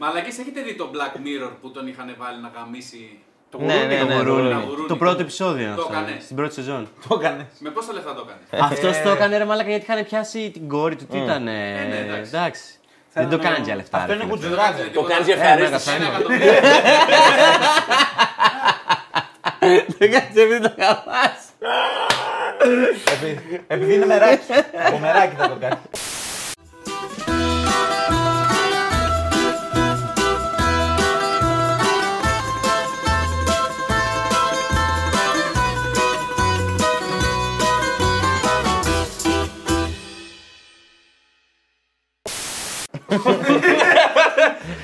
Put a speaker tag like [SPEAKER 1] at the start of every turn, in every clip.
[SPEAKER 1] Μαλακές, έχετε δει το Black Mirror που τον είχαν βάλει να γαμίσει.
[SPEAKER 2] Το
[SPEAKER 3] Ναι,
[SPEAKER 2] γουρούνι,
[SPEAKER 3] ναι,
[SPEAKER 2] το
[SPEAKER 3] ναι,
[SPEAKER 2] γουρούνι.
[SPEAKER 3] γουρούνι.
[SPEAKER 1] Ε, το γουρούνι.
[SPEAKER 3] Το πρώτο επεισόδιο.
[SPEAKER 1] Το
[SPEAKER 3] αυτό,
[SPEAKER 1] έκανες.
[SPEAKER 3] Στην πρώτη σεζόν.
[SPEAKER 2] Το έκανε.
[SPEAKER 1] Με πόσα λεφτά το έκανε.
[SPEAKER 3] Αυτός το έκανε ρε Μαλάκα γιατί είχαν πιάσει την κόρη του. Τι ήταν. ε,
[SPEAKER 1] ναι, εντάξει.
[SPEAKER 3] Εντάξει. Δεν το κάνεις για λεφτά.
[SPEAKER 2] Αυτό
[SPEAKER 3] ρε
[SPEAKER 2] είναι
[SPEAKER 3] φίλε.
[SPEAKER 2] κουτσουράκι.
[SPEAKER 4] Το κάνεις για
[SPEAKER 3] Ε,
[SPEAKER 4] ευχαρίστηση.
[SPEAKER 3] ναι,
[SPEAKER 1] Ένα
[SPEAKER 3] καθαρό.
[SPEAKER 1] εκατομμύριο.
[SPEAKER 3] Δεν κάνει επειδή το χαμά.
[SPEAKER 2] Επει- Επειδή είναι μεράκι. Από μεράκι θα το κάνεις.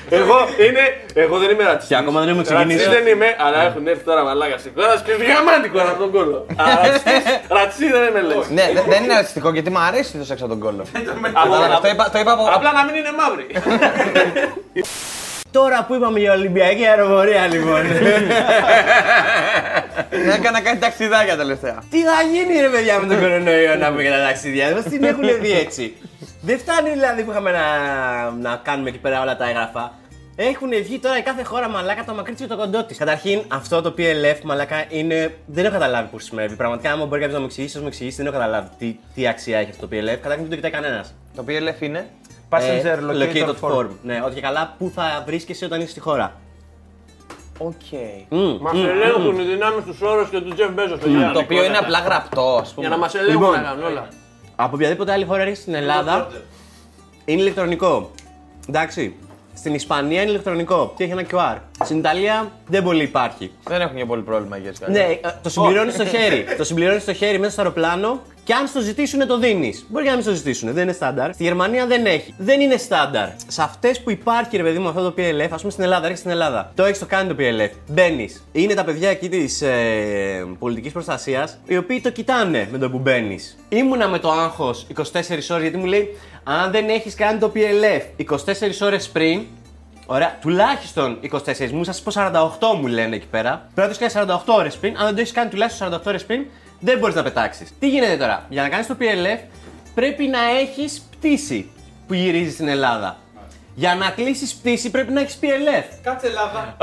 [SPEAKER 4] Εγώ, είναι, εγώ δεν είμαι ρατσιστής.
[SPEAKER 3] Και ακόμα δεν έχουμε
[SPEAKER 4] Ρατσιστής
[SPEAKER 3] ξεκινήσεις.
[SPEAKER 4] δεν είμαι, αλλά έχουν έρθει τώρα μαλάκα στην κόρα και διαμάντικο από τον κόλλο. Α, ρατσιστής- Ρατσιστής δεν είμαι λες.
[SPEAKER 5] Ναι, δε- δεν είναι ρατσιστικό γιατί μου αρέσει το σεξ από τον κόλλο. Κατάλαβες, το είπα- Το είπα από.
[SPEAKER 4] Απλά να μην είναι μαύρη.
[SPEAKER 3] Τώρα που είπαμε για Ολυμπιακή αεροπορία λοιπόν.
[SPEAKER 5] Έκανα κάτι ταξιδάκια τελευταία.
[SPEAKER 3] Τι θα γίνει ρε παιδιά με τον κορονοϊό να πούμε για τα ταξίδια. Μας την έχουν δει έτσι. Δεν φτάνει δηλαδή που είχαμε να, να κάνουμε εκεί πέρα όλα τα έγγραφα. Έχουν βγει τώρα η κάθε χώρα μαλάκα το μακρύ της και το κοντό της. Καταρχήν, αυτό το PLF μαλάκα είναι. Δεν έχω καταλάβει πώς σημαίνει. Πραγματικά, άμα μπορεί κάποιος να μου εξηγήσει, να μου εξηγήσει, δεν έχω καταλάβει τι, τι αξία έχει αυτό το PLF. Καταρχήν δεν το κοιτάει κανένας.
[SPEAKER 5] Το οποίο λεφ είναι. Ε,
[SPEAKER 2] Passenger locator form.
[SPEAKER 3] Ναι, ότι και καλά πού θα βρίσκεσαι όταν είσαι στη χώρα.
[SPEAKER 5] Οκ.
[SPEAKER 4] Μα ελέγχουν οι δυνάμεις τους Σόρο και τους Τζεφ Μπέζο.
[SPEAKER 5] Το οποίο είναι απλά γραπτό, ας πούμε.
[SPEAKER 4] Για να μας ελέγχουν
[SPEAKER 3] Λοιπόν.
[SPEAKER 4] να κάνουν όλα.
[SPEAKER 3] Από οποιαδήποτε άλλη χώρα έρχεσαι στην Ελλάδα, είναι ηλεκτρονικό. Εντάξει. Στην Ισπανία είναι ηλεκτρονικό και έχει ένα QR. Στην Ιταλία δεν πολύ υπάρχει.
[SPEAKER 5] Δεν έχουν και πολύ πρόβλημα για έτσι.
[SPEAKER 3] Ναι, ε, το συμπληρώνεις στο χέρι. το συμπληρώνεις στο χέρι μέσα στο αεροπλάνο και αν στο ζητήσουν το δίνεις. Μπορεί και να μην στο ζητήσουν, δεν είναι στάνταρ. Στη Γερμανία δεν έχει. Δεν είναι στάνταρ. Σε αυτές που υπάρχει, ρε παιδί μου, αυτό το PLF, ας πούμε στην Ελλάδα, έρχεσαι στην Ελλάδα. Το έχεις το κάνει το PLF. Μπαίνεις. Είναι τα παιδιά εκεί της ε, πολιτικής προστασίας, οι οποίοι το κοιτάνε με το που μπαίνεις. Ήμουνα με το άγχος 24 ώρες γιατί μου λέει, αν δεν έχεις κάνει το PLF 24 ώρες πριν, Ωραία, τουλάχιστον 24. Μου σας πω 48 μου λένε εκεί πέρα. Πρέπει να το έχει 48 ώρες πριν. Αν δεν το έχεις κάνει τουλάχιστον 48 ώρες πριν, δεν μπορείς να πετάξεις. Τι γίνεται τώρα, για να κάνεις το PLF πρέπει να έχεις πτήση που γυρίζεις στην Ελλάδα. Για να κλείσεις πτήση πρέπει να έχεις PLF.
[SPEAKER 1] Κάτσε Ελλάδα.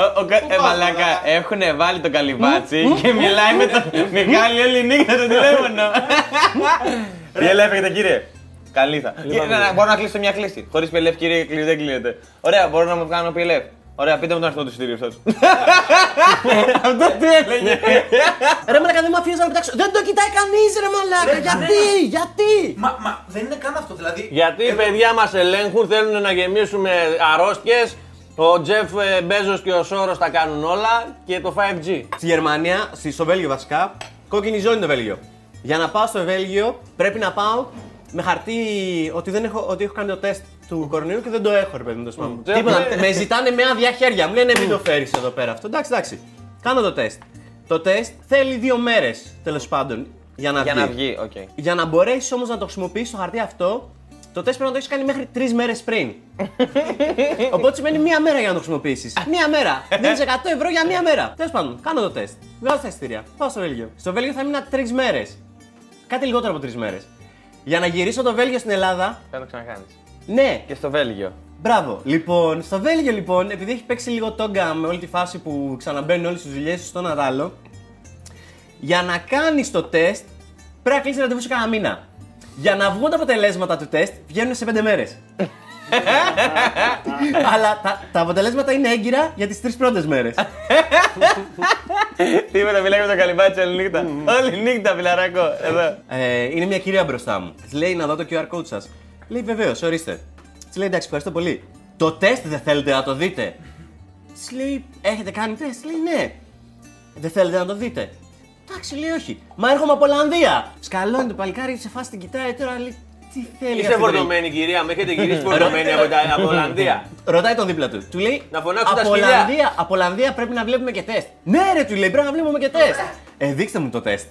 [SPEAKER 5] Ε, μαλάκα, έχουν βάλει τον καλυβάτσι και μιλάει με τον Μιχάλη όλη νύχτα το τηλέφωνο.
[SPEAKER 2] Πιέλα έφεγε κύριε. Καλή θα.
[SPEAKER 5] Ε, ναι, ναι, Μπορώ να κλείσω μια κλίση. Χωρίς PLF, κύριε, κλείνει, δεν κλείνεται. Ωραία, μπορώ να μου κάνω PLF. Ωραία, πείτε μου τον αριθμό του εισιτήριου σας. Αυτό τι έλεγε.
[SPEAKER 3] Ρε μαλακά δεν μου αφήνει να πετάξω. Δεν το κοιτάει κανείς, ρε μαλακά. γιατί, γιατί.
[SPEAKER 6] Μα, μα δεν είναι καν αυτό. Δηλαδή.
[SPEAKER 4] Γιατί οι παιδιά μας ελέγχουν, θέλουν να γεμίσουμε αρρώστιες. Ο Τζεφ Μπέζος και ο Σόρος τα κάνουν όλα και το 5G.
[SPEAKER 3] Στη Γερμανία, στη- στο Βέλγιο βασικά, κόκκινη ζώνη είναι το Βέλγιο. Για να πάω στο Βέλγιο πρέπει να πάω με χαρτί ότι, δεν έχω, ότι έχω κάνει το τεστ του κορονοϊού και δεν το έχω, ρε παιδί μου, το σπάμα. Τίποτα. με ζητάνε με άδεια χέρια. Μου λένε μην το φέρεις εδώ πέρα αυτό. Εντάξει, εντάξει. Κάνω το τεστ. Το τεστ θέλει δύο μέρες τέλος πάντων για να
[SPEAKER 5] Για να
[SPEAKER 3] βγει.
[SPEAKER 5] βγει, οκ.
[SPEAKER 3] Για να μπορέσεις όμως να το χρησιμοποιήσεις το χαρτί αυτό, το τεστ πρέπει να το έχεις κάνει μέχρι τρεις μέρες πριν. Οπότε σημαίνει μία μέρα για να το χρησιμοποιήσεις. Μία μέρα. Δίνεις 100 ευρώ για μία μέρα. Τέλος πάντων, κάνω το τεστ. Βγάζω τα εισιτήρια. Πάω στο Βέλγιο. Στο Βέλγιο θα μείνα τρεις μέρες. Κάτι λιγότερο από τρεις μέρες. Για να γυρίσω το Βέλγιο στην Ελλάδα,
[SPEAKER 5] Θα το ξανακάνει.
[SPEAKER 3] ναι,
[SPEAKER 5] Και στο Βέλγιο.
[SPEAKER 3] Μπράβο. Λοιπόν, στο Βέλγιο λοιπόν, επειδή έχει παίξει λίγο τόγκα με όλη τη φάση που ξαναμπαίνουν όλες τις δουλειές στο ένα τ' άλλο, για να κάνεις το τεστ πρέπει να κλείσει ραντεβού σε κανένα μήνα. Για να βγουν τα αποτελέσματα του τεστ βγαίνουν σε 5 μέρες. Αλλά τα, τα αποτελέσματα είναι έγκυρα για τις τρεις πρώτες μέρες.
[SPEAKER 5] Τίποτα, μιλάει με τον καλυμπάτσι όλη νύχτα. Όλη νύχτα, φιλαράκο. Εδώ.
[SPEAKER 3] Ε, είναι μια κυρία μπροστά μου. Της λέει να δω το QR code σας. Λέει βεβαίως, ορίστε. Της λέει εντάξει, ευχαριστώ πολύ. Το τεστ δεν θέλετε να το δείτε. Της λέει έχετε κάνει τεστ. Λέει ναι. Δεν θέλετε να το δείτε. Εντάξει, λέει όχι. Μα έρχομαι από Ολλανδία. Σκαλώνει το παλικάρι σε φάση την κοιτάει τώρα λέει τι θέλει.
[SPEAKER 4] Είστε
[SPEAKER 3] αυτή η
[SPEAKER 4] φορτωμένοι, κυρία μου, έχετε
[SPEAKER 5] Ναι.
[SPEAKER 4] γυρίσει φορτωμένοι από, τα, από Ολλανδία.
[SPEAKER 3] Ρωτάει τον δίπλα του. Του λέει:
[SPEAKER 4] Να φωνάξουν τα
[SPEAKER 3] από
[SPEAKER 4] σκυλιά».
[SPEAKER 3] Ολλανδία, από Ολλανδία πρέπει να βλέπουμε και τεστ. Ναι, ρε, του λέει: Πρέπει να βλέπουμε και τεστ. Ε, δείξτε μου το τεστ.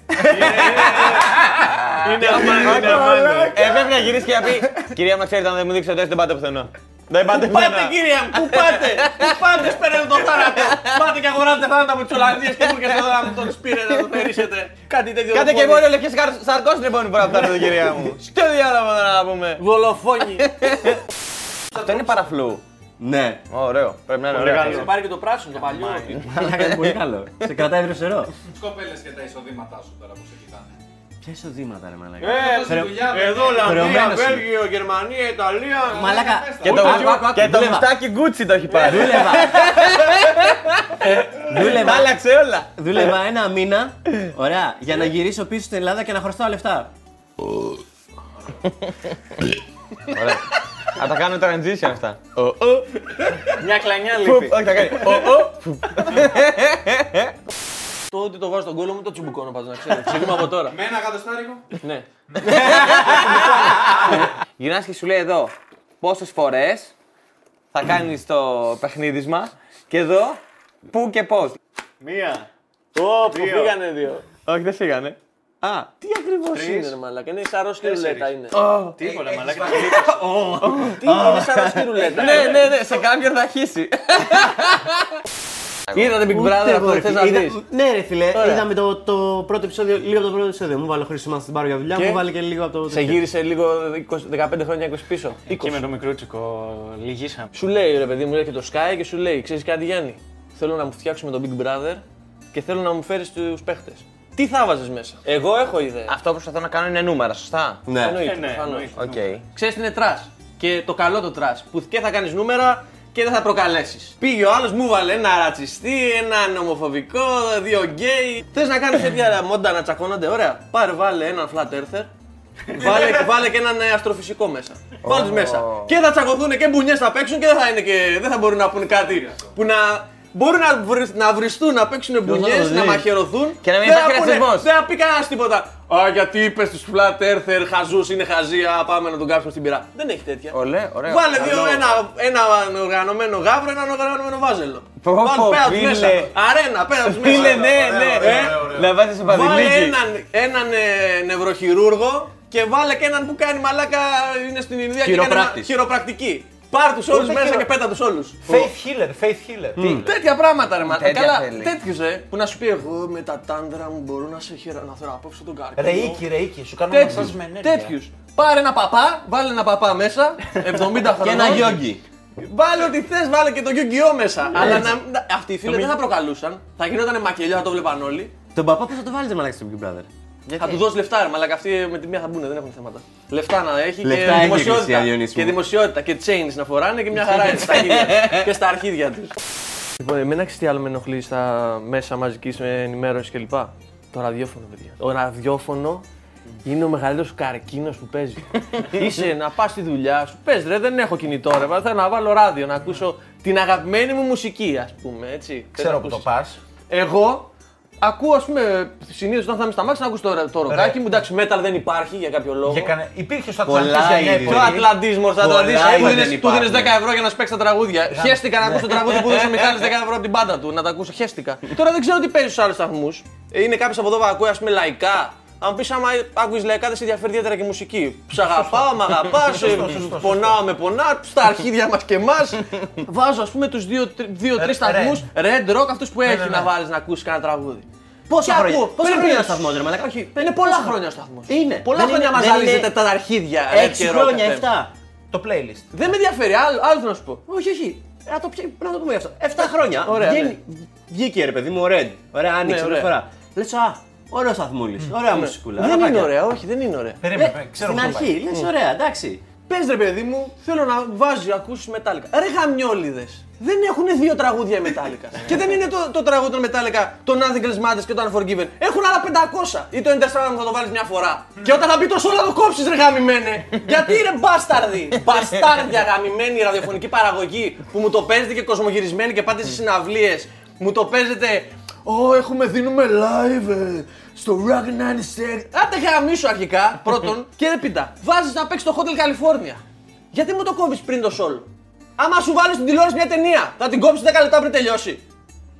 [SPEAKER 4] Είναι
[SPEAKER 5] Ναι.
[SPEAKER 4] αμάνι, είναι αμάνι.
[SPEAKER 5] Ε, πρέπει να γυρίσει και να πει: Κυρία μου, ξέρετε, αν δεν μου δείξει το τεστ, δεν πάτε πουθενά. Δεν πάτε
[SPEAKER 6] Πάτε
[SPEAKER 5] πουθενά.
[SPEAKER 6] κύριε μου, πού πάτε! Πού πάτε, σπέρετε το θάνατο! Πάτε και αγοράζετε θάνατα από τις Ολλανδίες και μου και στο να τον σπείρετε, να τον θερήσετε. Κάτι τέτοιο.
[SPEAKER 5] Κάτε και
[SPEAKER 6] δολοφόνοι.
[SPEAKER 5] μόνο λευκέ σαρκό την επόμενη φορά λοιπόν, που θα έρθω, κυρία μου. Στο διάλογο τώρα να πούμε.
[SPEAKER 4] Δολοφόνοι.
[SPEAKER 5] Αυτό είναι παραφλού.
[SPEAKER 3] Ναι.
[SPEAKER 5] Ωραίο. Πρέπει να είναι ωραίο.
[SPEAKER 6] Θα πάρει και το πράσινο, το παλιό.
[SPEAKER 3] Μαλάκα είναι πολύ καλό. Σε κρατάει δροσερό.
[SPEAKER 1] Τις κοπέλες και τα εισοδήματά σου τώρα που σε κοιτάνε.
[SPEAKER 3] Ποια εισοδήματα ρε μαλάκα.
[SPEAKER 4] Ε,
[SPEAKER 1] Θα δώσεις
[SPEAKER 3] φρε-
[SPEAKER 1] δουλειά, ε, δεν
[SPEAKER 6] Εδώ
[SPEAKER 1] θέλεις.
[SPEAKER 6] Ολλανδία,
[SPEAKER 3] Φρεωμένος είναι.
[SPEAKER 6] Ε, Βέλγιο, Γερμανία, Ιταλία.
[SPEAKER 3] Μαλάκα.
[SPEAKER 5] Και το,
[SPEAKER 3] Άκου, άκου, άκου,
[SPEAKER 5] και το
[SPEAKER 3] δούλευα.
[SPEAKER 5] μουστάκι Gucci το έχει πάρει.
[SPEAKER 3] Δούλευα.
[SPEAKER 5] Τα
[SPEAKER 3] Δούλευα.
[SPEAKER 5] άλλαξε όλα.
[SPEAKER 3] Δούλευα ένα μήνα, ωραία, για να γυρίσω πίσω στην Ελλάδα και να χρωστάω λεφτά.
[SPEAKER 5] Θα τα κάνουμε transition αυτά.
[SPEAKER 6] Μια κλανιά
[SPEAKER 5] Πουπ,
[SPEAKER 6] λείπει.
[SPEAKER 5] Όχι, θα κάνει.
[SPEAKER 6] Το ότι το βάζω στον κόλλο μου το τσιμπουκώνω πάντως να ξέρω. Ξεκινούμε από τώρα.
[SPEAKER 1] Με ένα γατοστάρικο.
[SPEAKER 6] Ναι.
[SPEAKER 5] Γυρνάς και σου λέει εδώ πόσες φορές θα κάνεις το παιχνίδισμα και εδώ πού και πώς.
[SPEAKER 6] Μία. Ω, που φύγανε δύο.
[SPEAKER 5] Όχι, δεν φύγανε. Α,
[SPEAKER 6] Τι ακριβώς είναι, ρε μαλάκα. Είναι σαν ρωσική ρουλέτα είναι.
[SPEAKER 1] Τίποτα μαλάκα.
[SPEAKER 6] Τι είναι σαν ρωσική ρουλέτα.
[SPEAKER 5] ναι, ναι, ναι, σε κάποιον θα χύσει.
[SPEAKER 6] Είδατε Big
[SPEAKER 3] Ούτε
[SPEAKER 6] Brother
[SPEAKER 3] εγώ,
[SPEAKER 6] αυτό,
[SPEAKER 3] ρε
[SPEAKER 6] θες
[SPEAKER 3] φίλε.
[SPEAKER 6] να
[SPEAKER 3] Είδα-
[SPEAKER 6] δεις.
[SPEAKER 3] Ναι, ρε φίλε,
[SPEAKER 6] Ωραία.
[SPEAKER 3] είδαμε το, το πρώτο επεισόδιο, λίγο από το πρώτο επεισόδιο. Μου βάλε χρήσιμα να την πάρω για δουλειά, μου βάλε και λίγο από το.
[SPEAKER 6] Σε γύρισε λίγο 20 15 χρόνια 20 πίσω. 20.
[SPEAKER 7] Εκεί με το μικρούτσικο λυγίσαμε.
[SPEAKER 6] Σου λέει ρε παιδί μου, έρχεται το Sky και σου λέει: Ξέρεις κάτι, Γιάννη. Θέλω να μου φτιάξουμε τον Big Brother και θέλω να μου φέρεις τους παίχτες. Τι θα βάζεις μέσα. Εγώ έχω ιδέα.
[SPEAKER 5] Αυτό που προσπαθώ να κάνω είναι νούμερα, σωστά.
[SPEAKER 3] Ναι.
[SPEAKER 6] Εννοείται.
[SPEAKER 7] ναι,
[SPEAKER 6] προφανώς.
[SPEAKER 7] εννοείται.
[SPEAKER 5] Οκ.
[SPEAKER 6] Ξέρεις τι είναι τρα. Και το καλό το τρα. Που και θα κάνεις νούμερα και δεν θα προκαλέσεις. Πήγε ο άλλος, μου βάλε ένα ρατσιστή, ένα ομοφοβικό, δύο γκέι. Θες να κάνεις τέτοια μόντα να τσακώνονται, ωραία. Πάρε, βάλε έναν flat earther. βάλε, βάλε και έναν ε, αστροφυσικό μέσα. Βάλε τους μέσα. Και θα τσακωθούν και μπουνιές θα παίξουν και δεν θα, είναι και, δεν θα μπορούν να πούν κάτι που να. Μπορούν να, βρι- να βριστούν, να παίξουν μπουνιές, να μαχαιρωθούν.
[SPEAKER 5] Και να μην
[SPEAKER 6] Δεν θα
[SPEAKER 5] υπάρχει
[SPEAKER 6] πούνε-
[SPEAKER 5] ρατσισμός.
[SPEAKER 6] δεν θα Ε, πει κανένας τίποτα. Α, γιατί είπες τους flat earther, χαζούς είναι χαζία, πάμε να τον κάψουμε στην πυρά. Δεν έχει τέτοια.
[SPEAKER 5] Ολέ, ωραίο.
[SPEAKER 6] Βάλε δύο, ένα, ένα οργανωμένο γάβρο, ένα οργανωμένο βάζελο.
[SPEAKER 5] Πω,
[SPEAKER 6] Βάλε
[SPEAKER 5] πω,
[SPEAKER 6] πέρα τους
[SPEAKER 5] φίλε.
[SPEAKER 6] μέσα. Αρένα, πέρα τους μέσα.
[SPEAKER 5] Φίλε, ναι, ναι.
[SPEAKER 6] Ε,
[SPEAKER 5] Να βάζεις σε
[SPEAKER 6] Βάλε
[SPEAKER 5] παδιλίκι.
[SPEAKER 6] έναν, έναν ε, νευροχειρούργο και βάλε και έναν που κάνει μαλάκα, είναι στην Ινδία και κάνει μα-
[SPEAKER 3] Χειροπράκτης.
[SPEAKER 6] χειροπρακτική. Πάρ τους όλους μέσα και πέτα τους όλους.
[SPEAKER 7] Faith healer, faith healer.
[SPEAKER 6] Τέτοια πράγματα ρε μαλάκα.
[SPEAKER 5] Τέτοια
[SPEAKER 6] Καλά,
[SPEAKER 5] θέλει.
[SPEAKER 6] τέτοιους ε, που να σου πει εγώ με τα τάντρα μου μπορώ να σε χειρά να θέλω να απόψω τον καρκίνο.
[SPEAKER 7] Ρεϊκι, ρεϊκι, σου κάνουμε να
[SPEAKER 6] Τέτοιους,
[SPEAKER 7] με
[SPEAKER 3] ναι.
[SPEAKER 7] ενέργεια.
[SPEAKER 6] τέτοιους. Πάρε ένα παπά, βάλε ένα παπά μέσα, 70 χρόνια.
[SPEAKER 3] Και ένα γιόγκι.
[SPEAKER 6] Βάλε ό,τι θες, βάλε και το Yu-Gi-Oh! μέσα.
[SPEAKER 3] Ναι.
[SPEAKER 6] Αλλά να, να- αυτοί οι φίλοι δεν θα προκαλούσαν. Θα γινότανε μακελιό, θα το βλέπαν όλοι.
[SPEAKER 3] Τον παπά πώς θα το βάλεις, μαλάκα στο Big Brother.
[SPEAKER 6] Θα τους δώσεις λεφτά, ρε μαλάκα. Αυτοί με τη μία θα μπουν, δεν έχουν θέματα. Λεφτά να έχει
[SPEAKER 3] Λεφτά
[SPEAKER 6] και
[SPEAKER 3] έχει η
[SPEAKER 6] δημοσιότητα.
[SPEAKER 3] Εκκλησία, Διονύση
[SPEAKER 6] και
[SPEAKER 3] μου.
[SPEAKER 6] δημοσιότητα και chains να φοράνε και μια χαρά έτσι στα αρχίδια. και στα αρχίδια τους. Λοιπόν, εμένα ξέρει τι άλλο με ενοχλείς στα μέσα μαζικής ενημέρωσης κλπ. Το ραδιόφωνο, παιδιά. Το ραδιόφωνο είναι ο μεγαλύτερος καρκίνος που παίζει. Είσαι να πας στη δουλειά σου. Πες ρε, δεν έχω κινητό ρε. Θέλω να βάλω ράδιο, να ακούσω την αγαπημένη μου μουσική, ας πούμε. Έτσι. Θες να
[SPEAKER 7] Ξέρω που το
[SPEAKER 6] ακούσεις.
[SPEAKER 7] πας.
[SPEAKER 6] Εγώ ακούω, ας πούμε, συνήθως όταν θα είμαι στα μάξι να ακούσω το, το ροκάκι μου. Εντάξει, metal δεν υπάρχει για κάποιο λόγο.
[SPEAKER 7] Υπήρχε στο Ατλαντής
[SPEAKER 3] Πολλά
[SPEAKER 7] για μια
[SPEAKER 3] είδη.
[SPEAKER 6] Ποιο
[SPEAKER 7] εποχή.
[SPEAKER 6] Ατλαντισμός, θα
[SPEAKER 3] Πολλά είδη
[SPEAKER 6] Ατλαντισμό. Του
[SPEAKER 3] δεν Ναι.
[SPEAKER 6] δίνεις- Του
[SPEAKER 3] υπάρχουν.
[SPEAKER 6] δίνεις 10 ευρώ για να σπέξει τα τραγούδια. Χαίστηκα να ακούσω το τραγούδι που δώσε ο Μιχάλης 10 ευρώ από την πάντα του. Να τα ακούσω, χαίστηκα. Τώρα δεν ξέρω τι παίζει στους άλλους σταθμούς. Είναι κάποιος από εδώ που ακούει, ας πούμε, λαϊκά. Αν πεις άμα άκουγες λαϊκά, δεν σε ενδιαφέρει ιδιαίτερα και η μουσική. Σ' αγαπάω, μ' αγαπάς, πονάω με πονά, στα αρχίδια μας και εμάς. Βάζω, ας πούμε, τους δύο-τρει σταθμούς, red rock, αυτούς που έχει να βάλεις να ακούσεις κανένα τραγούδι.
[SPEAKER 3] Ναι, Πόσα
[SPEAKER 6] Και
[SPEAKER 3] χρόνια-
[SPEAKER 6] ακούω,
[SPEAKER 3] πόσα
[SPEAKER 6] πριν
[SPEAKER 3] χρόνια
[SPEAKER 6] είναι
[SPEAKER 3] ο σταθμός, ρε μαλάκα, Ε, όχι,
[SPEAKER 6] Ε, Είναι
[SPEAKER 3] πόσα
[SPEAKER 6] πολλά
[SPEAKER 3] χρόνια.
[SPEAKER 6] χρόνια ο σταθμός.
[SPEAKER 3] Είναι.
[SPEAKER 6] Πολλά
[SPEAKER 3] Δεν
[SPEAKER 6] χρόνια
[SPEAKER 3] είναι-
[SPEAKER 6] μα
[SPEAKER 3] δεν
[SPEAKER 6] ζαλίζετε
[SPEAKER 3] είναι-
[SPEAKER 6] τα αρχίδια. red
[SPEAKER 3] Έξι
[SPEAKER 6] και rock
[SPEAKER 3] χρόνια,
[SPEAKER 6] FM.
[SPEAKER 3] εφτά.
[SPEAKER 7] Το playlist.
[SPEAKER 6] Δεν με ενδιαφέρει, άλλο, άλλο θέλω να σου πω.
[SPEAKER 3] Όχι, όχι. Να το, πιέ- να το πούμε γι' αυτό. 7 χρόνια.
[SPEAKER 6] Ωραία,
[SPEAKER 3] βγαίνει- Βγήκε ρε παιδί μου, ο Red. Ωραία, άνοιξε
[SPEAKER 6] ωραία.
[SPEAKER 3] μια φορά. Λες, α, ωραίος σταθμούλης. Ωραία μουσικούλα.
[SPEAKER 6] Δεν
[SPEAKER 3] ραπάκια.
[SPEAKER 6] είναι ωραία, όχι, δεν είναι ωραία.
[SPEAKER 7] Περίμενε,
[SPEAKER 3] Ε,
[SPEAKER 7] περίμενε, ξέρω
[SPEAKER 3] Στην
[SPEAKER 7] που το πάει.
[SPEAKER 3] αρχή, λες, ωραία, εντάξει.
[SPEAKER 6] Πες ρε παιδί μου, θέλω να βάζει, ακούσει μετάλλικα. Ρε γαμιόλιδες. Δεν έχουν δύο τραγούδια μετάλλικα. και δεν είναι το, το τραγούδι των μετάλλικα, το Nothing Else Matters και το Unforgiven. Έχουν άλλα 500. Ή το Interstellar μου θα το βάλεις μια φορά. και όταν θα μπει το σόλο θα το κόψεις, ρε γαμημένε. Γιατί ρε μπάσταρδι. Μπαστάρδια γαμημένη ραδιοφωνική παραγωγή που μου το παίζετε και κοσμογυρισμένη και πάτε σε συναυλίες. Μου το παίζετε. Ω, έχουμε, δίνουμε live ε, στο Rock 96. Άντε γαμίσου αρχικά, πρώτον. και έπειτα, βάζεις να παίξεις το Hotel California. Γιατί μου το κόβεις πριν το σόλ. Άμα σου βάλεις στην τηλεόραση μια ταινία, θα την κόψεις 10 λεπτά πριν τελειώσει.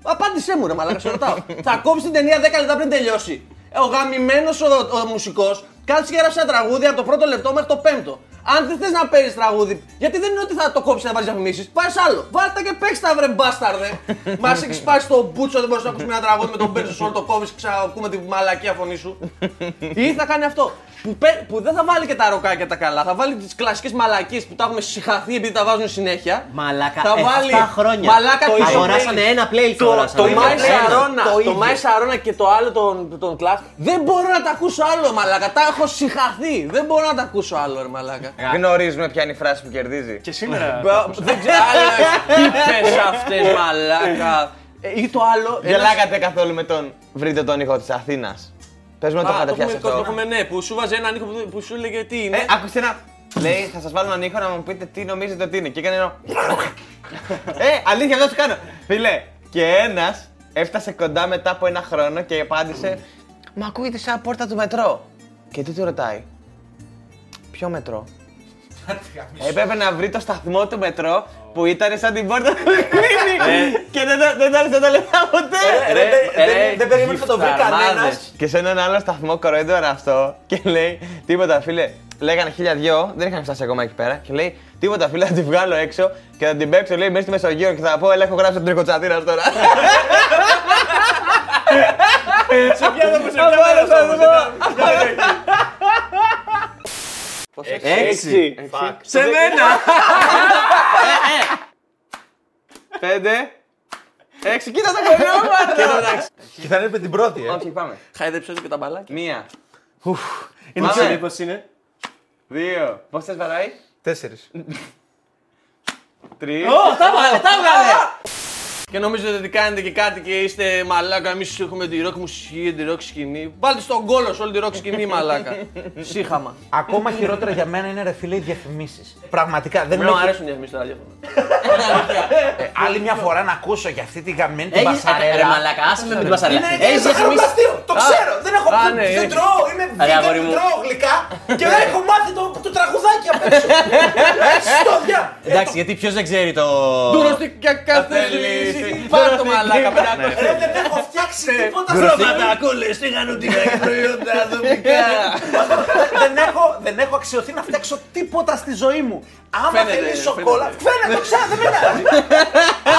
[SPEAKER 6] Απάντησέ μου, ρε Μαλάκα, σε ρωτάω. θα κόψεις την ταινία 10 λεπτά πριν τελειώσει. Ο γαμημένος ο, ο μουσικός κάτσε και έγραψε ένα τραγούδι από το πρώτο λεπτό μέχρι το πέμπτο. Αν δεν θες να παίρνεις τραγούδι, γιατί δεν είναι ότι θα το κόψεις να βάλεις διαφημίσει. Πάρει άλλο. Βάλτε τα και παίξτε τα βρε μπάσταρδε. Μας έχεις σπάσει το μπούτσο, δεν μπορείς να ακούσει ένα τραγούδι με τον Μπέρσο Σόλ, το κόβει, ξανακούμε τη μαλακία φωνή σου. Ή θα κάνει αυτό. που, πε- που δεν θα βάλει και τα ροκάκια τα καλά. Θα βάλει τις κλασικές μαλακίες που τα έχουμε συχαθεί επειδή τα βάζουν συνέχεια.
[SPEAKER 3] Μαλάκα,
[SPEAKER 6] Θα
[SPEAKER 3] 7
[SPEAKER 6] βάλει
[SPEAKER 3] χρόνια.
[SPEAKER 6] μαλάκα το ίδιο
[SPEAKER 3] Αγοράσανε
[SPEAKER 6] playlist.
[SPEAKER 3] ένα playlist.
[SPEAKER 6] Το,
[SPEAKER 3] αγοράσανε.
[SPEAKER 6] το Μάη
[SPEAKER 3] Ένα.
[SPEAKER 6] Σαρώνα,
[SPEAKER 7] το
[SPEAKER 6] το
[SPEAKER 7] ίδιο.
[SPEAKER 6] Μάη Σαρώνα και το άλλο τον, τον Κλακ, δεν μπορώ να τα ακούσω άλλο, μαλάκα. Τα έχω συχαθεί. Δεν μπορώ να τα ακούσω άλλο, ρε μαλάκα.
[SPEAKER 5] Γνωρίζουμε ποια είναι η φράση που κερδίζει.
[SPEAKER 8] Και σήμερα.
[SPEAKER 6] δεν ξέρω. Άλλε αυτές, μαλάκα. Ε, Ή το άλλο. ένας-
[SPEAKER 5] Γελάγατε καθόλου με τον. Βρείτε τον ήχο της Αθήνας. Πες με το
[SPEAKER 6] Α,
[SPEAKER 5] είχατε
[SPEAKER 6] έχουμε-
[SPEAKER 5] πιάσει
[SPEAKER 6] το
[SPEAKER 5] αυτό.
[SPEAKER 6] έχουμε, ναι, που σου βάζει έναν ήχο που, που σου λέγε τι είναι.
[SPEAKER 5] Ε, άκουσε ένα. Λέει, θα σας βάλω έναν ήχο να μου πείτε τι νομίζετε ότι είναι. Και έκανε ένα. ε, αλήθεια, αυτό σου κάνω. Φίλε, και ένας έφτασε κοντά μετά από ένα χρόνο και απάντησε. Μα ακούγεται σαν πόρτα του μετρό. Και τι του ρωτάει. Ποιο μετρό. Έπρεπε να βρει το σταθμό του μετρό που ήταν σαν την πόρτα
[SPEAKER 7] Ε.
[SPEAKER 5] που κλείνει. και δεν, τα- δεν ήταν σαν τα λεφτά ποτέ.
[SPEAKER 7] Ε,
[SPEAKER 5] Ε,
[SPEAKER 7] Ρε, δεν-
[SPEAKER 6] ρε,
[SPEAKER 7] δεν- Δεν περίμενε να το βρει
[SPEAKER 6] γυφταρμάδες.
[SPEAKER 7] κανένας.
[SPEAKER 5] Και σε έναν άλλο σταθμό κοροϊδόρα αυτό και λέει τίποτα φίλε. Λέγανε χίλια δυο, δεν είχαν φτάσει ακόμα εκεί πέρα. Και λέει τίποτα φίλε, θα τη βγάλω έξω και θα την παίξω λέει μέσα στη Μεσογείο και θα πω Ελά, έχω γράψει τον τρικοτσατήρα τώρα.
[SPEAKER 7] ε,
[SPEAKER 3] Έξι.
[SPEAKER 6] Σε μένα!
[SPEAKER 5] Πέντε. Έξι, κοίτα τα κοριόματα!
[SPEAKER 7] Και θα είναι με την πρώτη, ε.
[SPEAKER 5] Όχι, πάμε.
[SPEAKER 6] Χάιδεψε και τα μπαλάκια.
[SPEAKER 5] Μία,
[SPEAKER 8] Είναι
[SPEAKER 5] Πάμε.
[SPEAKER 8] ξέρει πώς είναι.
[SPEAKER 5] δύο, πώς θες βαράει,
[SPEAKER 7] Τέσσερις.
[SPEAKER 5] τρεις.
[SPEAKER 6] Τα βγάλε, τα βγάλε! Και νομίζετε ότι κάνετε και κάτι και είστε μαλάκα. Εμείς έχουμε τη ροκ μουσική, τη ροκ σκηνή. Βάλτε στον κόλο σου όλη τη ροκ σκηνή, μαλάκα. Σύχαμα.
[SPEAKER 7] Ακόμα χειρότερα για μένα είναι ρε φίλε οι διαφημίσεις. Πραγματικά δεν
[SPEAKER 6] Μου
[SPEAKER 7] έχει-
[SPEAKER 6] αρέσουν οι διαφημίσεις στα ραδιόφωνα.
[SPEAKER 7] Ε, Άλλη μια φορά να ακούσω για αυτή τη γαμμένη την
[SPEAKER 3] Έχεις ρε
[SPEAKER 7] πασαρέλα.
[SPEAKER 3] μαλάκα, άσε με με την πασαρέλα.
[SPEAKER 6] Ναι,
[SPEAKER 7] Είναι
[SPEAKER 3] Έχεις διαφημίσεις.
[SPEAKER 7] Ε, αστείο, το ξέρω. Δεν έχω
[SPEAKER 6] α,
[SPEAKER 7] δεν-
[SPEAKER 6] ναι,
[SPEAKER 7] δεν
[SPEAKER 6] έχεις.
[SPEAKER 7] τρώω, είμαι vegan,
[SPEAKER 3] αγόρι
[SPEAKER 7] δεν
[SPEAKER 3] μου.
[SPEAKER 7] τρώω γλυκά και δεν έχω μάθει το, το τραγουδάκι απ' έξω. Στο διά.
[SPEAKER 3] Εντάξει, γιατί ποιος δεν ξέρει το.
[SPEAKER 6] Ντουροστικιά κάθε λύση. Πάρ' το μαλάκα,
[SPEAKER 5] Ναι.
[SPEAKER 6] πεντακόσια.
[SPEAKER 7] Ρε, δεν έχω φτιάξει τίποτα
[SPEAKER 6] Πατακούλες, τηγανοτικά και προϊόντα δομικά.
[SPEAKER 7] δεν, έχω, δεν έχω αξιωθεί να φτιάξω τίποτα στη ζωή μου. Άμα
[SPEAKER 6] Φαίνεται,
[SPEAKER 7] θέλει
[SPEAKER 6] φαίνεται.
[SPEAKER 7] σοκόλα. Φαίνεται, το ξέρω, δεν με νοιάζει.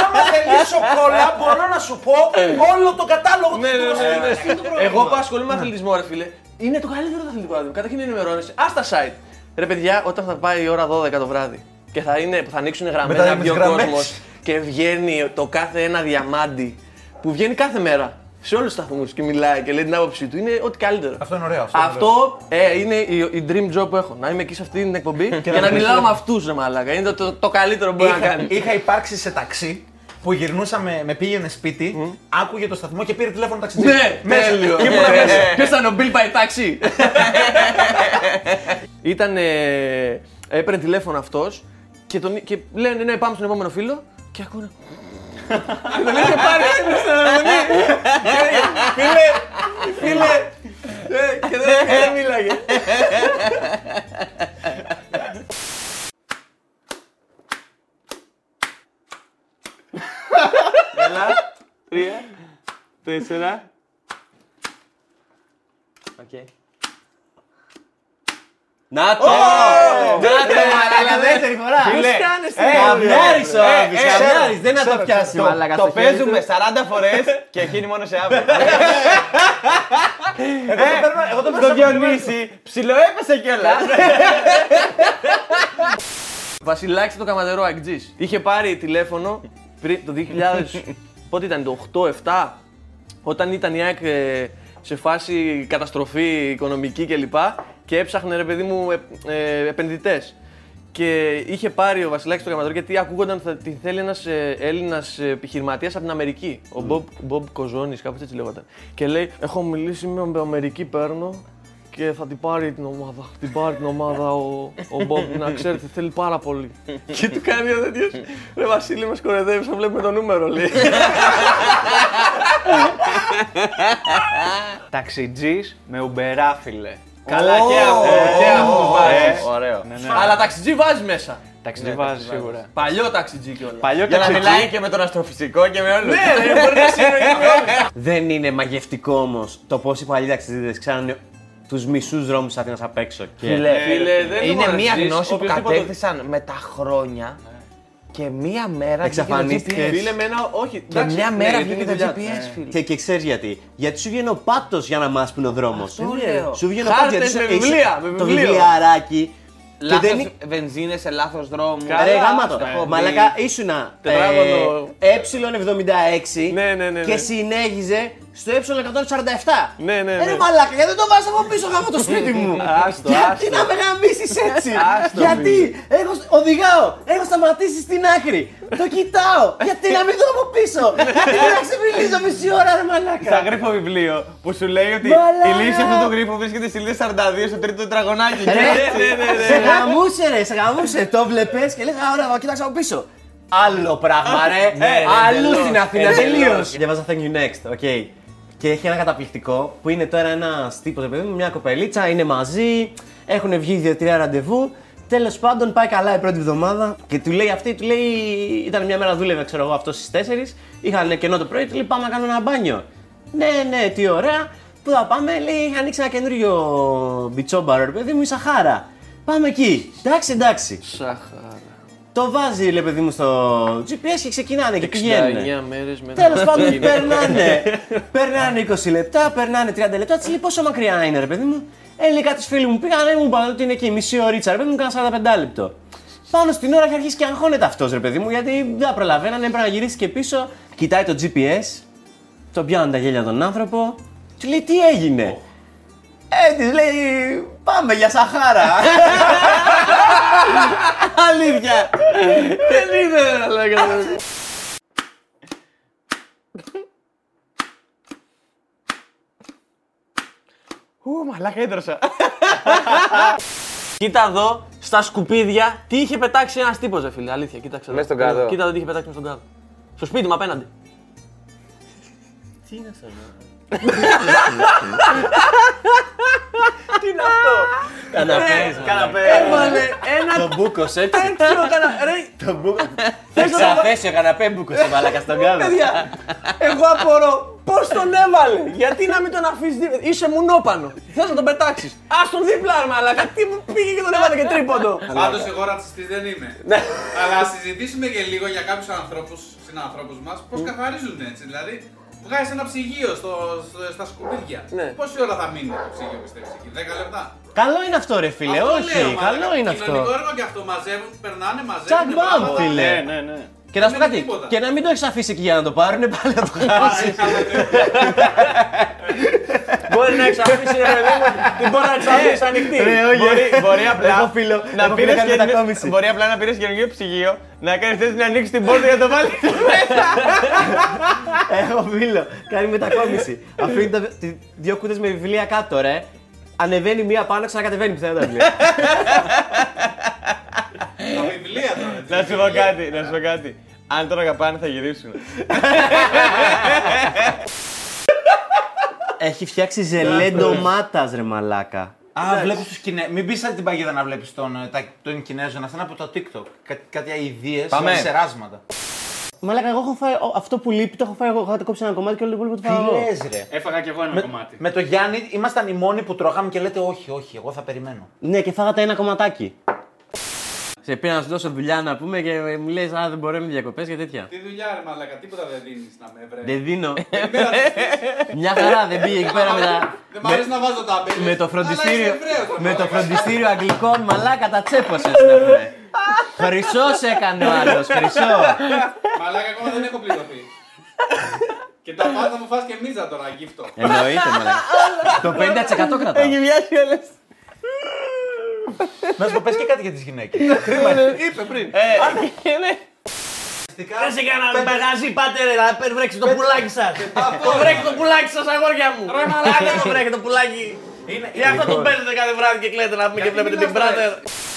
[SPEAKER 7] Άμα θέλει σοκόλα, μπορώ να σου πω
[SPEAKER 6] Ε.
[SPEAKER 7] όλο τον κατάλογο
[SPEAKER 6] Ναι,
[SPEAKER 7] του.
[SPEAKER 6] Εγώ που ασχολούμαι με αθλητισμό, ρε φίλε, είναι το καλύτερο το αθλητικό ραδιό. Καταρχήν ενημερώνεσαι. Α τα site. Ρε παιδιά, όταν θα πάει η ώρα 12 το βράδυ και θα, είναι, θα ανοίξουν γραμμένα
[SPEAKER 7] Μετά με τις
[SPEAKER 6] δύο
[SPEAKER 7] γραμμές.
[SPEAKER 6] κόσμο και βγαίνει το κάθε ένα διαμάντι που βγαίνει κάθε μέρα σε όλους τους σταθμούς και μιλάει και λέει την άποψή του. Είναι ό,τι καλύτερο.
[SPEAKER 7] Αυτό είναι ωραίο.
[SPEAKER 6] Αυτό ε, είναι η, η dream job που έχω. Να είμαι εκεί σε αυτή την εκπομπή και, να μιλάω με αυτούς, ρε μαλάκα. Είναι το, το, το καλύτερο που μπορεί να
[SPEAKER 7] είχα,
[SPEAKER 6] κάνει.
[SPEAKER 7] είχα υπάρξει σε ταξί που γυρνούσαμε, με πήγαινε σπίτι, άκουγε το σταθμό και πήρε τηλέφωνο ταξιτζή.
[SPEAKER 6] Ναι, τέλειο. Και ήμουν μέσα. Ποιος ήταν ο Bill by Taxi. Ήταν. ε, Έπαιρνε τηλέφωνο αυτός και, τον, και λένε ναι, πάμε στον επόμενο φίλο και ακούνε. Και τον είχε πάρει στην αναμονή. Φίλε, φίλε. ε, Και δεν- και δεν μίλαγε.
[SPEAKER 5] Τέσσερα.
[SPEAKER 3] Να το! Να το, μαλάκα, δεύτερη φορά.
[SPEAKER 5] Φίλε,
[SPEAKER 3] Καμιάρης ο Άβης,
[SPEAKER 5] ε, ε,
[SPEAKER 3] καμιάρης, δεν θα το πιάσει μαλάκα
[SPEAKER 5] το
[SPEAKER 3] στο χέρι του.
[SPEAKER 5] παίζουμε 40 φορές και εκείνη μόνο σε αύριο.
[SPEAKER 7] Εγώ το
[SPEAKER 5] Το
[SPEAKER 7] παίρνω
[SPEAKER 5] Διονύση ψιλοέπεσε κιόλα.
[SPEAKER 6] Βασιλάκη το καμαδερό Αγκτζή. Είχε πάρει τηλέφωνο πριν το 2000. πότε ήταν, το 8-7, όταν ήταν η ΑΕΚ ε, σε φάση καταστροφή οικονομική κλπ. Και έψαχνε ρε παιδί μου επενδυτές. Και είχε πάρει ο Βασιλάκης το καμαδερό γιατί ακούγονταν ότι θα την θέλει ένας Έλληνα επιχειρηματίας από την Αμερική. Ο Μπομπ, Μπομπ Κοζόνης, κάπως έτσι λέγονταν. Και λέει: Έχω μιλήσει με Αμερική, παίρνω και θα την πάρει την ομάδα. Θα την πάρει την ομάδα ο, ο Μπομπ, να ξέρετε, θέλει πάρα πολύ. και του κάνει ο τέτοιος. Ρε Βασίλη, με σκορεδεύεις, θα βλέπουμε το νούμερο, λέει.
[SPEAKER 8] Ταξιτζής με ουμπεράφιλε.
[SPEAKER 5] Καλά και
[SPEAKER 3] Ναι,
[SPEAKER 5] αυτό. Και
[SPEAKER 3] Ε.
[SPEAKER 5] αυτό Ναι, βάζεις. Ωραίο.
[SPEAKER 6] Αλλά ταξιτζή βάζεις μέσα.
[SPEAKER 3] ναι.
[SPEAKER 8] Ταξιτζή βάζεις σίγουρα.
[SPEAKER 6] Παλιό ταξιτζή κιόλας.
[SPEAKER 8] Παλιό
[SPEAKER 5] Για να
[SPEAKER 8] ταξιτζή.
[SPEAKER 5] μιλάει και με τον αστροφυσικό και με
[SPEAKER 3] Ναι,
[SPEAKER 5] όλους. Ε,
[SPEAKER 3] Δεν είναι μαγευτικό όμως το πώ οι παλιοί ταξιδιτέ ξέρουν τους μισούς δρόμους τη Αθήνας απ' έξω. Και...
[SPEAKER 6] Φίλε, δεν
[SPEAKER 5] Είναι
[SPEAKER 6] μόνο
[SPEAKER 5] μία
[SPEAKER 6] ταξιτζής,
[SPEAKER 5] γνώση που
[SPEAKER 6] οποιοδήποτε-
[SPEAKER 5] κατέκτησαν με τα χρόνια Και μία μέρα βγήκε το
[SPEAKER 3] Ναι. Εξαφανίστηκε. ναι,
[SPEAKER 5] GPS.
[SPEAKER 6] Φίλε με ένα, όχι.
[SPEAKER 5] Και μία
[SPEAKER 3] Ε,
[SPEAKER 5] μέρα
[SPEAKER 6] βγήκε
[SPEAKER 5] βγήκε το GPS, φίλε.
[SPEAKER 3] Και, και ξέρεις γιατί. Γιατί σου βγαίνει ο πάτος για να μα πούνε ο δρόμος.
[SPEAKER 5] Αυτό λέω.
[SPEAKER 3] Σου βγαίνει ο
[SPEAKER 6] Χάρτες
[SPEAKER 3] πάτος γιατί σου
[SPEAKER 6] με
[SPEAKER 3] έχεις
[SPEAKER 6] βιβλία, με
[SPEAKER 3] Το
[SPEAKER 6] βιβλίο.
[SPEAKER 3] βιβλιαράκι. Και δεν είναι.
[SPEAKER 5] Λάθος βενζίνες σε λάθος δρόμο.
[SPEAKER 3] Ρε γάματο. Μαλακά ήσουνα. ε,
[SPEAKER 6] Τετράγωνο.
[SPEAKER 3] Ε76
[SPEAKER 8] Ναι, ναι, ναι,
[SPEAKER 3] και
[SPEAKER 8] ναι.
[SPEAKER 3] συνέχιζε στο ε, ε147.
[SPEAKER 8] Ναι, ναι,
[SPEAKER 3] Ε, Ρε
[SPEAKER 8] ναι.
[SPEAKER 3] μαλάκα, γιατί δεν το βάζω από πίσω γάμο το σπίτι μου.
[SPEAKER 8] Άστο,
[SPEAKER 3] γιατί
[SPEAKER 8] άστο.
[SPEAKER 3] να με γαμίσεις έτσι.
[SPEAKER 8] Άστο,
[SPEAKER 3] γιατί έχω, οδηγάω, έχω σταματήσει στην άκρη. Το κοιτάω. γιατί να μην δω από πίσω. γιατί να ξεφυλίζω μισή ώρα, ρε μαλάκα.
[SPEAKER 5] Σαν γρήφο βιβλίο που σου λέει ότι
[SPEAKER 3] Μαλάκα.
[SPEAKER 5] η λύση αυτού του γρήφου βρίσκεται στη σελίδα 42 στο τρίτο τετραγωνάκι. Και- ναι,
[SPEAKER 3] Σε γαμούσε, ρε, σε γαμούσε. Το βλέπεις και λε, ωραία, θα κοιτάξω από πίσω. Άλλο πράγμα, ρε. Αλλού στην Αθήνα, τελείω. Διαβάζα Thank you next, οκ. Και έχει ένα καταπληκτικό που είναι τώρα ένας τύπος, παιδί μου, μια κοπελίτσα, είναι μαζί, έχουν βγει δύο-τρία ραντεβού. Τέλος πάντων, πάει καλά η πρώτη εβδομάδα και του λέει αυτή, του λέει. Ήταν μια μέρα δούλευε, ξέρω εγώ, αυτός στις 4. Είχαν κενό το πρωί, του λέει πάμε να κάνουμε ένα μπάνιο. Ναι, ναι, τι ωραία. Πού θα πάμε, λέει, έχει ανοίξει ένα καινούριο μπιτσόμπαρο, ρε παιδί μου, η Σαχάρα. Πάμε εκεί. Εντάξει, εντάξει. Το βάζει, λέει παιδί μου, στο GPS και ξεκινάνε και πηγαίνουν.
[SPEAKER 6] 9 μέρε μετά.
[SPEAKER 3] Τέλος πάντων, περνάνε. περνάνε 20 λεπτά, περνάνε 30 λεπτά. Τη λέει πόσο μακριά είναι, ρε παιδί μου. Ε, λέει κάτι φίλοι μου πήγανε, μου είπαν ότι είναι εκεί μισή ωρίτσα, ρε παιδί μου, κάνα 45 λεπτό. Πάνω στην ώρα έχει αρχίσει και αγχώνεται αυτός, ρε παιδί μου, γιατί δεν τα προλαβαίνανε, έπρεπε να γυρίσει και πίσω. Κοιτάει το GPS, τον πιάνουν τα γέλια τον άνθρωπο. Του λέει τι έγινε. Ε, της λέει πάμε για Σαχάρα. Αλήθεια.
[SPEAKER 5] Ου, μαλάκα έντρωσα.
[SPEAKER 6] Κοίτα εδώ στα σκουπίδια τι είχε πετάξει ένας τύπος, ρε φίλε. Αλήθεια, κοίταξε. εδώ.
[SPEAKER 4] Μες στον κάδο.
[SPEAKER 6] Κοίτα εδώ τι είχε πετάξει μες στον κάδο. Στο σπίτι μου απέναντι. Ε,
[SPEAKER 3] Καναπές.
[SPEAKER 6] Έβαλε ένα
[SPEAKER 3] Το μπούκωσε έτσι.
[SPEAKER 6] τέτοιο κανα... Ρε,
[SPEAKER 3] Το μπούκος. Εξαφέσει ο καναπέμπουκο ο μαλάκα στον κάδο.
[SPEAKER 6] παιδιά, εγώ απορώ. Πώς τον έβαλε, γιατί να μην τον αφήσεις δίπλα. Είσαι μουνόπανο. Θες να τον πετάξεις. Ας τον δίπλα, ρε μαλάκα. Τι μου πήγε και τον έβαλε και τρίποντο.
[SPEAKER 1] Πάντως εγώ ρατσιστής δεν είμαι.
[SPEAKER 3] Ναι.
[SPEAKER 1] Αλλά ας συζητήσουμε και λίγο για κάποιους ανθρώπους, συνανθρώπους μας, πώς καθαρίζουν έτσι. Δηλαδή, βγάζει ένα ψυγείο στο, στο- στα σκουπίδια.
[SPEAKER 6] Ναι.
[SPEAKER 1] Πόση ώρα θα μείνει το ψυγείο, πιστεύεις εκεί, 10 λεπτά.
[SPEAKER 3] Καλό είναι αυτό, ρε φίλε.
[SPEAKER 1] Αυτό λέω,
[SPEAKER 3] Όχι,
[SPEAKER 1] μαλάκα.
[SPEAKER 3] καλό είναι αυτό.
[SPEAKER 1] Κοινωνικό έργο και αυτό μαζεύουν, περνάνε, μαζεύουν.
[SPEAKER 3] Τσακ μπαμ,
[SPEAKER 8] Ναι,
[SPEAKER 3] φίλε.
[SPEAKER 8] ναι, ναι.
[SPEAKER 3] Και να σου πω
[SPEAKER 1] Δεν
[SPEAKER 3] κάτι.
[SPEAKER 1] είναι τίποτα.
[SPEAKER 3] Και να μην το έχεις αφήσει εκεί για να το πάρουν, πάλι να το χάσει.
[SPEAKER 6] Μπορεί να εξαφήσει, ρε παιδί μου. Την μπορεί να
[SPEAKER 3] Ε,
[SPEAKER 6] εξαφήσει ανοιχτή.
[SPEAKER 5] Μπορεί- Μπορεί απλά
[SPEAKER 3] Έχω φίλο.
[SPEAKER 5] να
[SPEAKER 3] έχω φίλο
[SPEAKER 5] πήρες
[SPEAKER 3] κάνει
[SPEAKER 5] καινούριο-
[SPEAKER 3] μετακόμιση.
[SPEAKER 5] Μπορεί απλά να πήρες καινούργιο ψυγείο, να κάνεις θέση να ανοίξεις την πόρτα για να το βάλεις.
[SPEAKER 3] Έχω φίλο. Κάνει μετακόμιση. Αφήνει τα- τη- δύο κούτες με βιβλία κάτω, ρε. Ανεβαίνει μία πάνω, ξανακατεβαίνει πιθανά τα βιβλία.
[SPEAKER 1] Τα βιβλία τώρα. έτσι.
[SPEAKER 5] Να σου πω κάτι, να σου πω κάτι. Αν τώρα αγαπάνε θα γυρίσουν.
[SPEAKER 3] Έχει φτιάξει ζελέ ντομάτα, ρε μαλάκα.
[SPEAKER 7] Α, βλέπεις τους Κινέζου. Μην πεις την παγίδα να βλέπεις τον, ε, τα- τον Κινέζο. Αυτά είναι από το TikTok. Κάτι, κάτι αειδίε
[SPEAKER 5] Πάμε.
[SPEAKER 7] σε ράσματα.
[SPEAKER 3] Μαλάκα, εγώ έχω φάει ο- αυτό που λείπει, το έχω φάει εγώ. Είχα το κόψει ένα κομμάτι και όλο το υπόλοιπο το φάω. εγώ.
[SPEAKER 7] λες, ρε.
[SPEAKER 8] Έφαγα κι εγώ ένα κομμάτι.
[SPEAKER 7] Με τον Γιάννη ήμασταν οι μόνοι που τρώγαμε και λέτε όχι, όχι, εγώ θα περιμένω.
[SPEAKER 3] Ναι, και φάγατε ένα κομματάκι. Σε πήρα να σου δώσω δουλειά να πούμε και μου λες: Α, δεν μπορώ με διακοπές και τέτοια.
[SPEAKER 1] Τι δουλειά, ρε μαλάκα, τίποτα δεν δίνεις να με βρες.
[SPEAKER 3] Δεν δίνω.
[SPEAKER 1] Μέρα της.
[SPEAKER 3] Μια χαρά δεν πήγε εκεί πέρα με, τα...
[SPEAKER 1] Δεν μ' αρέσει να βάζω τα μπέλια.
[SPEAKER 3] με το φροντιστήριο. με το
[SPEAKER 1] φροντιστήριο.
[SPEAKER 3] φροντιστήριο Αγγλικών μαλάκα τα τσέπωσες. Χρυσός έκανε ο άλλος, χρυσό.
[SPEAKER 1] Μαλάκα, ακόμα δεν έχω πληρωθεί. Και τα πάντα μου φας και μίζα τώρα, γύφτο.
[SPEAKER 3] Εννοείται, μαλάκα. Το 50% κρατάω.
[SPEAKER 7] Να σου πω, πες και κάτι για τις γυναίκες.
[SPEAKER 6] Δεν σε κανένα με παγάζει, πάτε ρε, να πε- βρέξτε το πουλάκι σας. Το βρέξτε το πουλάκι σας, αγόρια μου. Ρε
[SPEAKER 3] Λοιπόν.
[SPEAKER 6] μαλάκα το βρέξτε το πουλάκι. Γι' αυτό το παίζετε κάθε βράδυ και κλαίτε να πούμε και βλέπετε Big Brother.